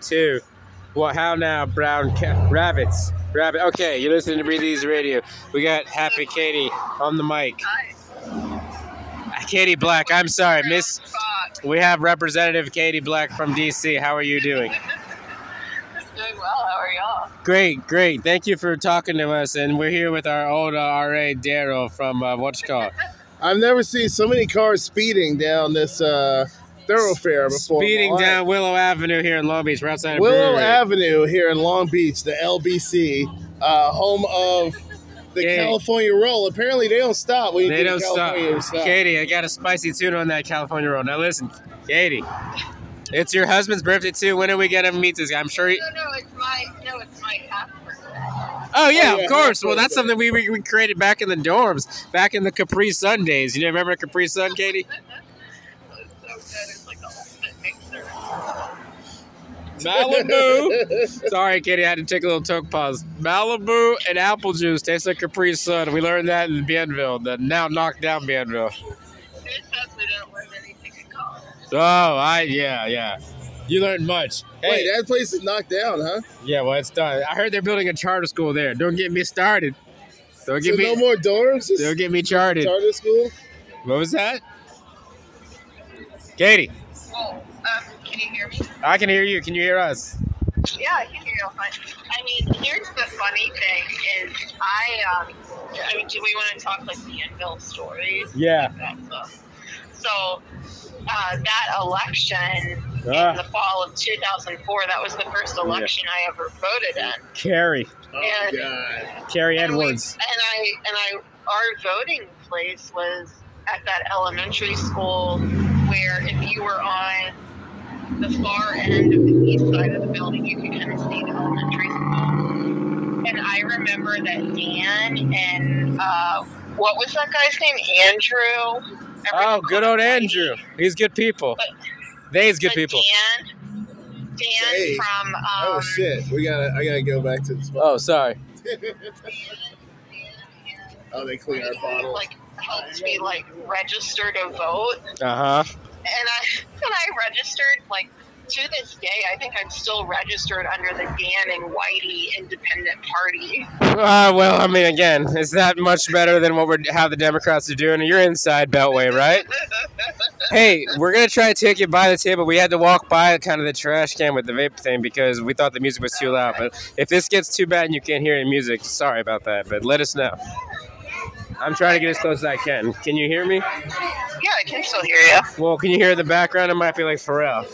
two. Well, how now, brown ca- rabbits? Rabbit. Okay, you're listening to Breathe Easy Radio. We got Happy Katie on the mic. Hi. Katie Black. I'm sorry, Brown Miss. Fox. We have Representative Katie Black from DC. How are you doing? It's doing well. How are y'all? Great, great. Thank you for talking to us. And we're here with our old uh, RA Daryl from uh, what's called I've never seen so many cars speeding down this uh, thoroughfare before. in my speeding life. down Willow Avenue here in Long Beach. We're outside of Willow brewery. Avenue here in Long Beach, the LBC, uh, home of the Yeah. California Roll. Apparently, they don't stop when you They do don't the stop. California stop. Katie, I got a spicy tune on that California roll. Now listen, Katie, it's your husband's birthday too. When are we gonna meet this guy? I'm sure. He, No, no, it's my no, it's my half birthday. oh yeah, yeah, of course. happy Well, that's birthday. something we, we we created back in the dorms, back in the Capri Sun days. You know, remember Capri Sun, Katie? It's so good. It's like the ultimate mixer. Malibu. Sorry, Katie, I had to take a little toke pause. Malibu and apple juice tastes like Capri Sun. We learned that in Bienville, the now knocked down Bienville. It says we don't learn anything in college. Oh, I yeah yeah. You learned much. Wait, that place is knocked down, huh? Yeah, well, it's done. I heard they're building a charter school there. Don't get me started. Don't get So me. no more dorms? Just don't get me charted. charter school? What was that? Katie, Whoa. Um, can you hear me? I can hear you. Can you hear us? Yeah, I can hear you all fine. I mean, here's the funny thing is I um I mean, do we want to talk like the Anvil stories? Yeah. That's, uh, So uh, that election in Ah, the fall of 2004, that was the first election I ever voted in. Carrie, Oh, Yeah. God. Carrie And we- Edwards. And I and I our voting place was at that elementary school where if you were on the far end of the east side of the building, you could kind of see the elementary school. And I remember that Dan and uh, what was that guy's name? Andrew. Everyone Oh, good old called him Andrew. He's good people. They's good but people. Dan, Dan Hey. from um, Oh shit! We gotta, I gotta go back to the spot. Oh, sorry. Oh, they clean our bottles. like helped me like register to vote Uh huh. and I and I registered like to this day I think I'm still registered under the Dan and Whitey Independent Party. Uh, well, I mean, again, it's that much better than what we're how the Democrats are doing. You're inside Beltway, right? hey, we're gonna try to take you by the table. We had to walk by kind of the trash can with the vape thing because we thought the music was too loud. But if this gets too bad and you can't hear any music, sorry about that. But let us know. I'm trying to get as close as I can. Can you hear me? yeah, I can still hear you. Well, can you hear the background? It might be like Pharrell.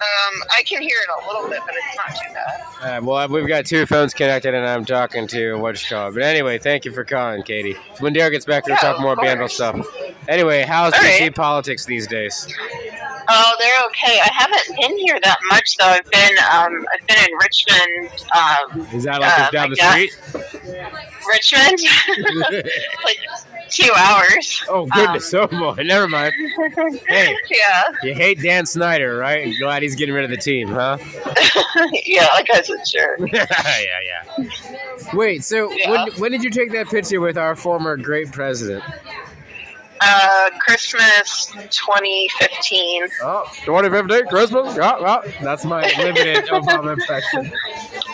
Um, I can hear it a little bit, but it's not too bad. Uh, well, we've got two phones connected, and I'm talking to what you call. it. But anyway, thank you for calling, Katie. When Daryl gets back, we'll Yeah, talk of more course. Bandle stuff. Anyway, how's All DC right. politics these days? Oh, they're okay. I haven't been here that much though. I've been um, I've been in Richmond, um, Is that like Uh, it's down the yeah. street? Richmond, like two hours. oh goodness, oh boy, never mind. Hey, Yeah, you hate Dan Snyder, right? And glad he's getting rid of the team, huh? yeah, that guy's a jerk. yeah, yeah. Wait, so Yeah. when, when did you take that picture with our former great president? Uh, Christmas 2015. Oh, 2015, Christmas. Yeah, yeah. That's my limited Obama impression.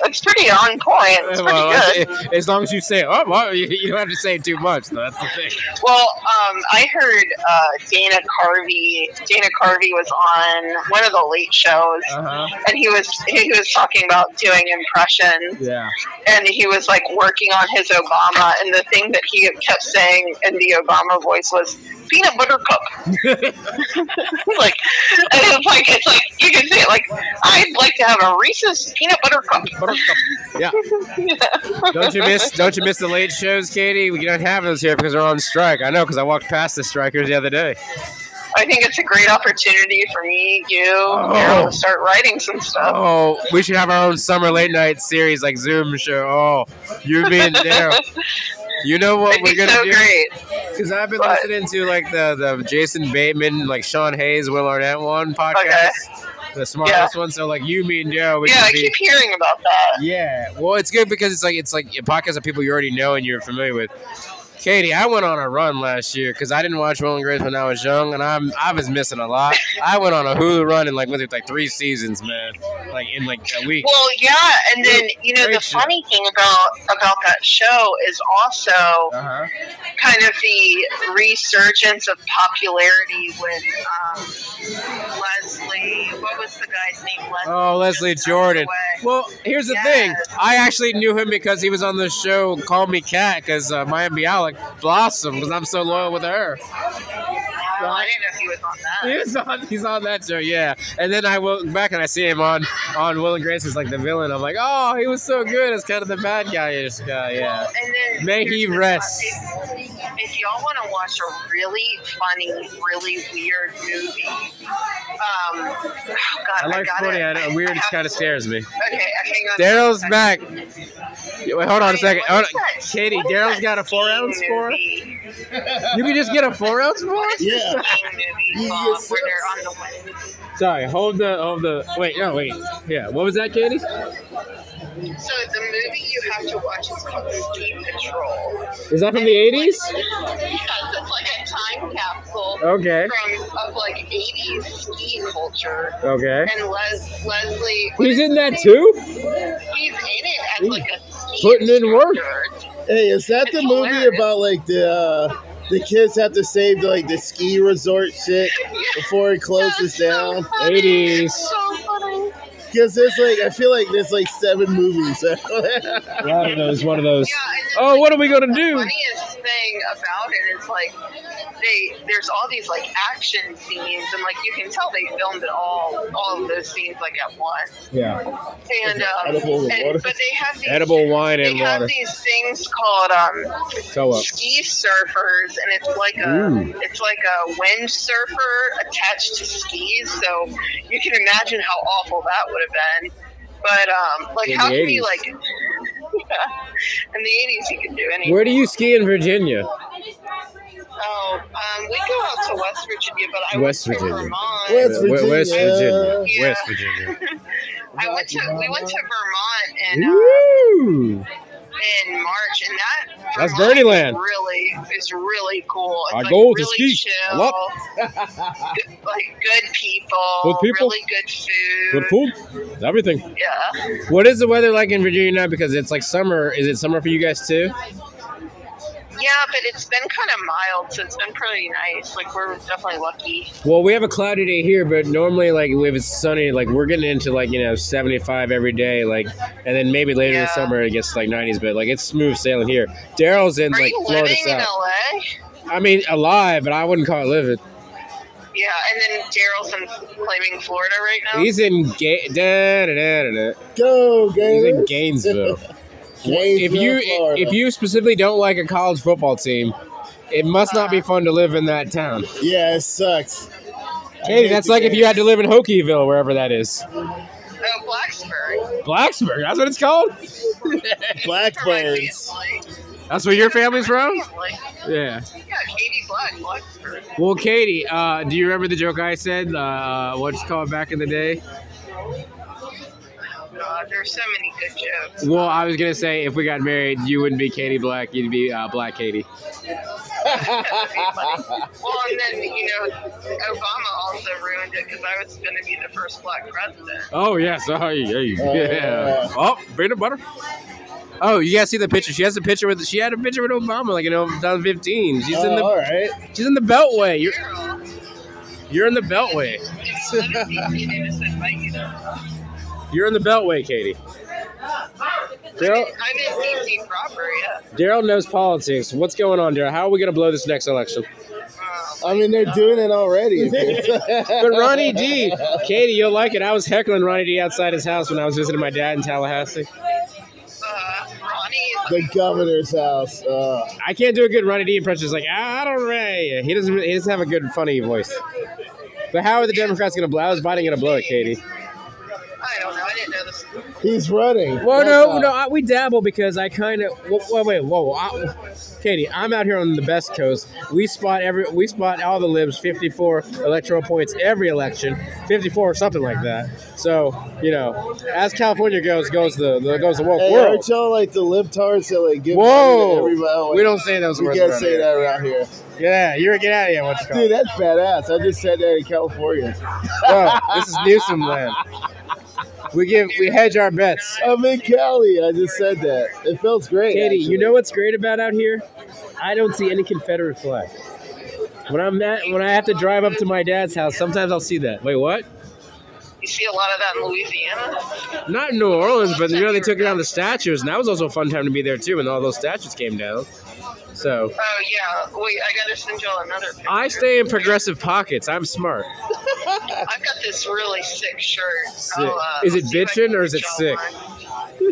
It's pretty on point. It's pretty Well, good. as- as long as you say, oh, well, you, you don't have to say too much. Though. That's the thing. Well, um, I heard uh, Dana Carvey. Dana Carvey was on one of the late shows, Uh huh. and he was he was talking about doing impressions, Yeah. and he was like working on his Obama, and the thing that he kept saying in the Obama voice was peanut butter cup. like, and it's like it's like you can say it like I'd like to have a Reese's peanut butter cup. Yeah. Don't you miss? Don't you miss the late shows, Katie? We don't have those here because they're on strike. I know because I walked past the strikers the other day. I think it's a great opportunity for me, you, Carol, to start writing some stuff. Oh, we should have our own summer late night series like Zoom show. Oh, you being there. You know what It'd Oh, we're be gonna so do? great. Because I've been What? listening to like the, the Jason Bateman, like Sean Hayes, Will Arnett one podcast, the smartest one. So like you, me, and Joe, we Yeah, I could be. keep hearing about that. Yeah, well, it's good because it's like it's like a podcast of people you already know and you're familiar with. Katie, I went on a run last year because I didn't watch Will and Grace when I was young, and I'm I was missing a lot. I went on a Hulu run and like with it like three seasons, man, like in like a week. Well, yeah, and then you know the Great show. funny thing about about that show is also Uh huh. kind of the resurgence of popularity with um, Leslie. What was the guy's name? Leslie. Oh, Leslie just Jordan. passed away. Well, here's the thing. I actually knew him because he was on the show Call Me Cat because uh, Maya Bialik blossomed because I'm so loyal with her. Oh, I didn't know if he was on that. He's on, he's on that show, yeah. And then I look back and I see him on on Will and Grace as like the villain. I'm like, oh, he was so good as kind of the bad guy-ish guy, yeah. And then May he here's the- rest. If, if y'all want to watch a really funny, really weird movie, um, oh, God, I like got funny. I it. know, weird I have kind of to- scares me. Okay, hang on. Daryl's Second. back. Yeah, Wait, hold on a second. Wait, Hold what is on. that- Katie, what is Daryl's that got a four teen ounce for her? movie? You can just get a four ounce for What it? is this Yeah. teen movie You called get where six. they're on the way? Sorry, hold the hold the wait, no, wait. Yeah, what was that, Katie? So the movie you have to watch is called Ski Patrol. Is that from the eighties? Yes, it's like a time capsule Okay. from of like 80s ski culture. Okay. And Les, Leslie, He's in that too? he's in it as like a ski Putting in work. instructor. Hey, is that the It's movie hilarious. about like the uh, the kids have to save like the ski resort shit before it That's closes so down? funny. 80s. So funny. Because there's like I feel like there's like seven movies. I don't know, it's one of those. Yeah, and then, Oh, like, what are we gonna The do? funniest thing about it is like they there's all these like action scenes and like you can tell they filmed it all all of those scenes like at once. Yeah. And, um, Edible and- water. but they have these Edible wine they and have water. these things called um So up. ski surfers and it's like a Ooh. it's like a wind surfer attached to skis so you can imagine how awful that would have been but um like In how the can you 80s. like yeah. in the 80s you could do anything Where do you ski in Virginia? oh um we go out to west virginia but i West went to Virginia. vermont West Where- West Virginia. Virginia. West Virginia. i went to we went to vermont and uh, Woo! in March, and that That's Vermont Birdie is Land. Really, is really cool. It's I like go to really ski a chill. lot. Good- like good people, Good people. really good food. Good food, everything. Yeah, What is the weather like in Virginia now? Because it's like summer. Is it summer for you guys too? yeah, but it's been kind of mild, so it's been pretty nice. Like we're definitely lucky. Well, we have a cloudy day here, but normally, like, if it's sunny, like, we're getting into, like, you know, 75 every day, like, and then maybe later in the Yeah. summer it gets, like, 90s, but, like, it's smooth sailing here. Daryl's in, Are like, you Florida living in South. LA? I mean, alive, but I wouldn't call it living. Yeah, and then Daryl's in claiming Florida right now. He's in, Ga- da, da, da, da, da. Go, He's in Gators. Gainesville. if Gainesville, you Florida. if you specifically don't like a college football team, it must not Uh-huh. be fun to live in that town. yeah, it sucks. Hey, that's like if you had to live in Hokieville, wherever that is. oh, Blacksburg. Blacksburg, that's what it's called. Blackbirds. That's where your family's from. Like, Yeah. yeah, Katie Black, Blacksburg. Well, Katie, uh, do you remember the joke I said? Uh, what's it called back in the day? Oh, God, there's so many good jokes. Well, I was gonna say if we got married, you wouldn't be Katie Black, you'd be uh, Black Katie. Well, and then you know, Obama also ruined it because I was going to be the first black president. Oh yes, oh yeah, yeah. yeah. Oh, peanut butter. Oh, you guys see the picture? She has a picture with she had a picture with Obama, like in 2015. She's in Oh, the all right. she's in the Beltway. You're Carol, you're in the Beltway. if you let me see, they just invite you. I'm You're in the Beltway, Katie. Daryl in- I'm in DC proper, yeah. Daryl knows politics. What's going on, Daryl? How are we gonna blow this next election? Um, I mean, they're doing it already. But Ronnie D, Katie, you'll like it. I was heckling Ronnie D outside his house when I was visiting my dad in Tallahassee. uh, Ronnie, the governor's house. Uh, I can't do a good Ronnie D impression. It's like, "Ah, I don't know. He doesn't. He doesn't have a good funny voice. But how are the Democrats going to blow? I was biting going to blow it, Katie. I I don't know. I didn't know this. He's running. Well, That's no, all. no, I, we dabble because I kind of. Wait, wait, whoa, I, Katie, I'm out here on the best coast. We spot every, we spot all the libs 54 electoral points every election, 54 or something like that. So you know, as California goes, goes the, the goes the woke Hey, world. aren't y'all like the libtards that like give money to Whoa, everybody? we don't say those You words. can't around say here. that around here, Yeah, you're get out of here. What you call dude. That's badass. I just said that in California. Bro, this is Newsom land. We give we hedge our bets. I'm in Cali. I just said that. It feels great. Katie, actually. you know what's great about out here? I don't see any Confederate flag. When I'm that when I have to drive up to my dad's house, sometimes I'll see that. Wait, what? You see a lot of that in Louisiana. Not in New Orleans, but you know they took down the statues, and that was also a fun time to be there too when all those statues came down. So Oh yeah. Wait, I gotta send y'all another. Picture. I stay in progressive pockets. I'm smart. I've got this really sick shirt. Sick. I'll, uh, Is it I'll see if I can bitchin' or is get it y'all sick? one.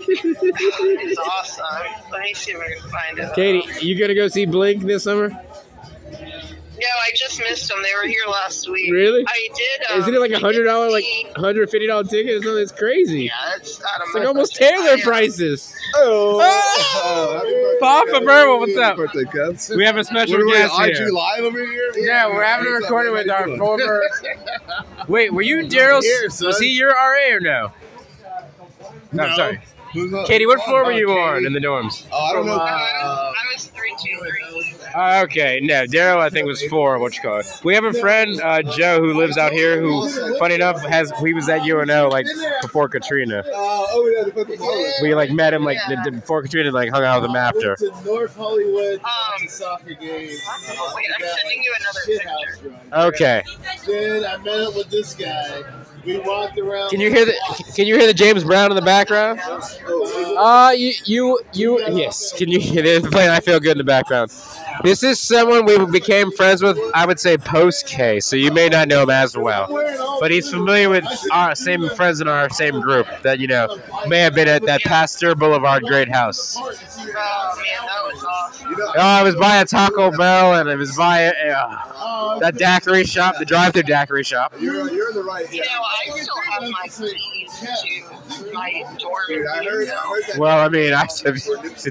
it's awesome. Let me see if I can find it. Katie, you gonna go see Blink this summer? No, I just missed them. They were here last week. Really? I did. Um, Isn't it like a hundred dollar, like see- hundred fifty dollar ticket? Or something? It's crazy. Yeah, it's out of It's my like almost budget. I uh, Taylor am- prices. Oh, Oh! happy birthday, Papa guys. Burma, what's Happy up? Birthday, cubs. We have a special We're guest on IG here. Live over here. Yeah, we're having a What's up, recording man? with How our you doing? former. Wait, were you Daryl's? Here, was son. he your RA or no? No, I'm No. sorry. Who's up? Katie, what Oh, floor were you Katie. on in the dorms? Oh, I don't know. Uh, I was three, two, three. Uh, okay, no, Daryl I think was four. What you call it? We have a friend uh, Joe who lives out here who, funny enough, has he was at UNO like before Katrina. Uh, oh, yeah, the fucking wallet. We like met him like the, the- before Katrina, like hung out with him after. Went to North Hollywood Um, soccer game. uh, Wait, I'm sending you another Shit picture. house drunk. Okay, Then I met up with this guy. We walked around. can you hear the Can you hear the James Brown in the background? Oh, Uh, you, you, you, yes. Can you hear the plane? I feel good in the background. This is someone we became friends with, I would say, post K, so you may not know him as well. But he's familiar with our same friends in our same group that, you know, may have been at that Pasteur Boulevard great house. Oh man, that was awesome. You know, Oh, I was by a Taco Bell and I was by uh, that daiquiri shop, the drive through daiquiri shop. you're, you're in the right. You Yeah. know, I still have my keys to my dorm. Dude, I heard, I heard room. that. Well, I mean, I, it's,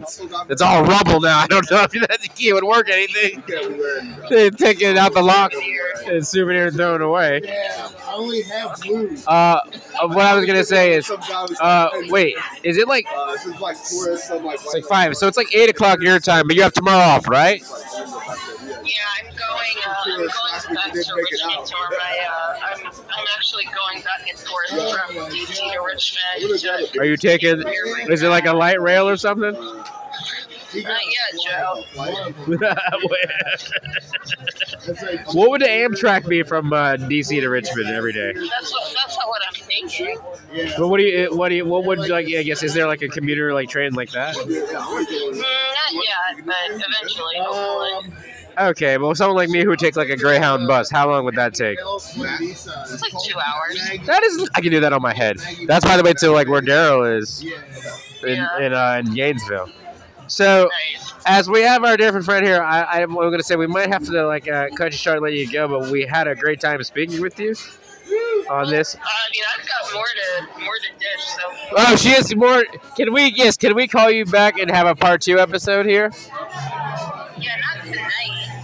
it's all rubble now. I don't know if that key would work anything. everywhere. They take it out the lock. Souvenir. and souvenir and throw it away. Yeah, I only have blue. Uh, uh, what I was gonna say is, uh, wait, is it like Uh, this is like tourists. I'm like, it's like five? So it's like eight o'clock your time, but you have tomorrow off, right? Yeah, I'm going. Uh, I'm going back to Richmond to my. Uh, I'm, I'm actually going back and forth from DC to Richmond. To, Are you taking? Is it like a light rail or something? not yet, Joe. what That's like would the Amtrak be from uh, DC to Richmond every day? That's what. That's not what I'm thinking. yeah. But what do you? eh, What do you? What would like? I guess is there like a commuter like train like that? Mm, not yet, but eventually, hopefully. Um, Okay, well, someone like me who would take like a Greyhound bus, how long would that take? It's like two hours. That is, I can do that on my head. That's by the way to like where Daryl is in Yeah. in, uh, in Gainesville. So Nice. Uh, as we have our different friend here, I, I'm going to say we might have to like uh, cut you short and let you go, but we had a great time speaking with you on this. I mean, I've got more to more to dish. So Oh, she has more. Can we? Yes, can we call you back and have a part two episode here? yeah, not tonight.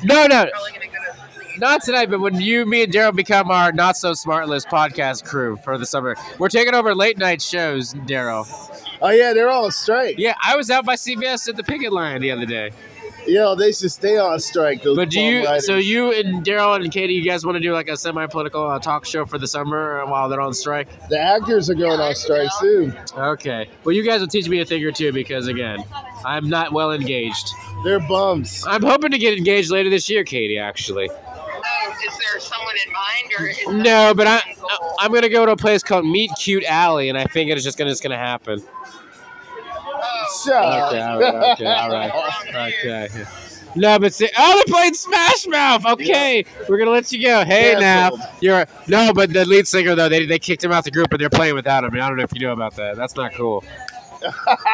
No, no, Probably gonna go to sleep. not tonight. But when you, me, and Daryl become our not so smart list podcast crew for the summer, we're taking over late night shows, Daryl. Oh yeah, they're all on strike. Yeah, I was out by CBS at the picket line the other day. Yo, they should stay on strike. Those But do bum you? writers. So you and Daryl and Katie, you guys want to do like a semi-political uh, talk show for the summer while they're on strike? the actors are going on strike too. Okay. Well, you guys will teach me a thing or two because again, I'm not well engaged. They're bums. I'm hoping to get engaged later this year, Katie. Actually, Oh, is there someone in mind or is that- no, but I, I I'm gonna go to a place called Meet Cute Alley, and I think it's just gonna it's gonna happen. Oh, Shut up. Okay. All right. Okay. All Oh, right. Okay. No, but see, oh, they're playing Smash Mouth. Okay, we're gonna let you go. Hey, Canceled. now you're no, but the lead singer though they, they kicked him out the group, but they're playing without him. And I don't know if you know about that. That's not cool.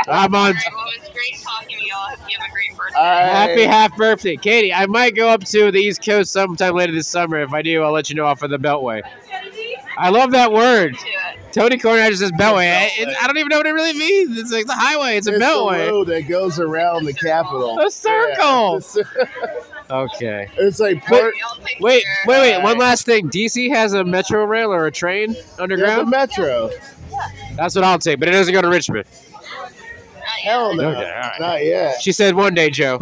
I'm all on right. Well, it was great talking to y'all. You have a great birthday. Uh, All right. happy half birthday, Katie. I might go up to the East Coast sometime later this summer. If I do, I'll let you know off of the Beltway. I love that word. to it. Tony Cornheiser says beltway. I, Beltway. it- I don't even know what it really means. It's like the highway. It's a It's the beltway. road that goes around the Capitol. A circle. Yeah. Okay. It's like part Y'all take Wait, care. wait, wait. One last thing. DC has a metro rail or a train yeah, the underground. metro. That's what I'll take, but it doesn't go to Richmond. Not yet. Hell no. Okay, all right. Not yet. She said one day, Joe.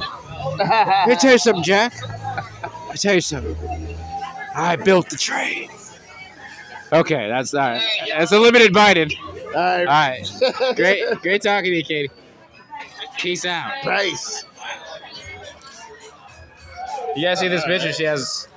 Let me tell you something, Jack. Let me tell you something. I built the train. Okay, that's all right. That's a limited Biden. All All right. right. Great, great talking to you, Katie. Peace out. Nice. You guys see this picture? She has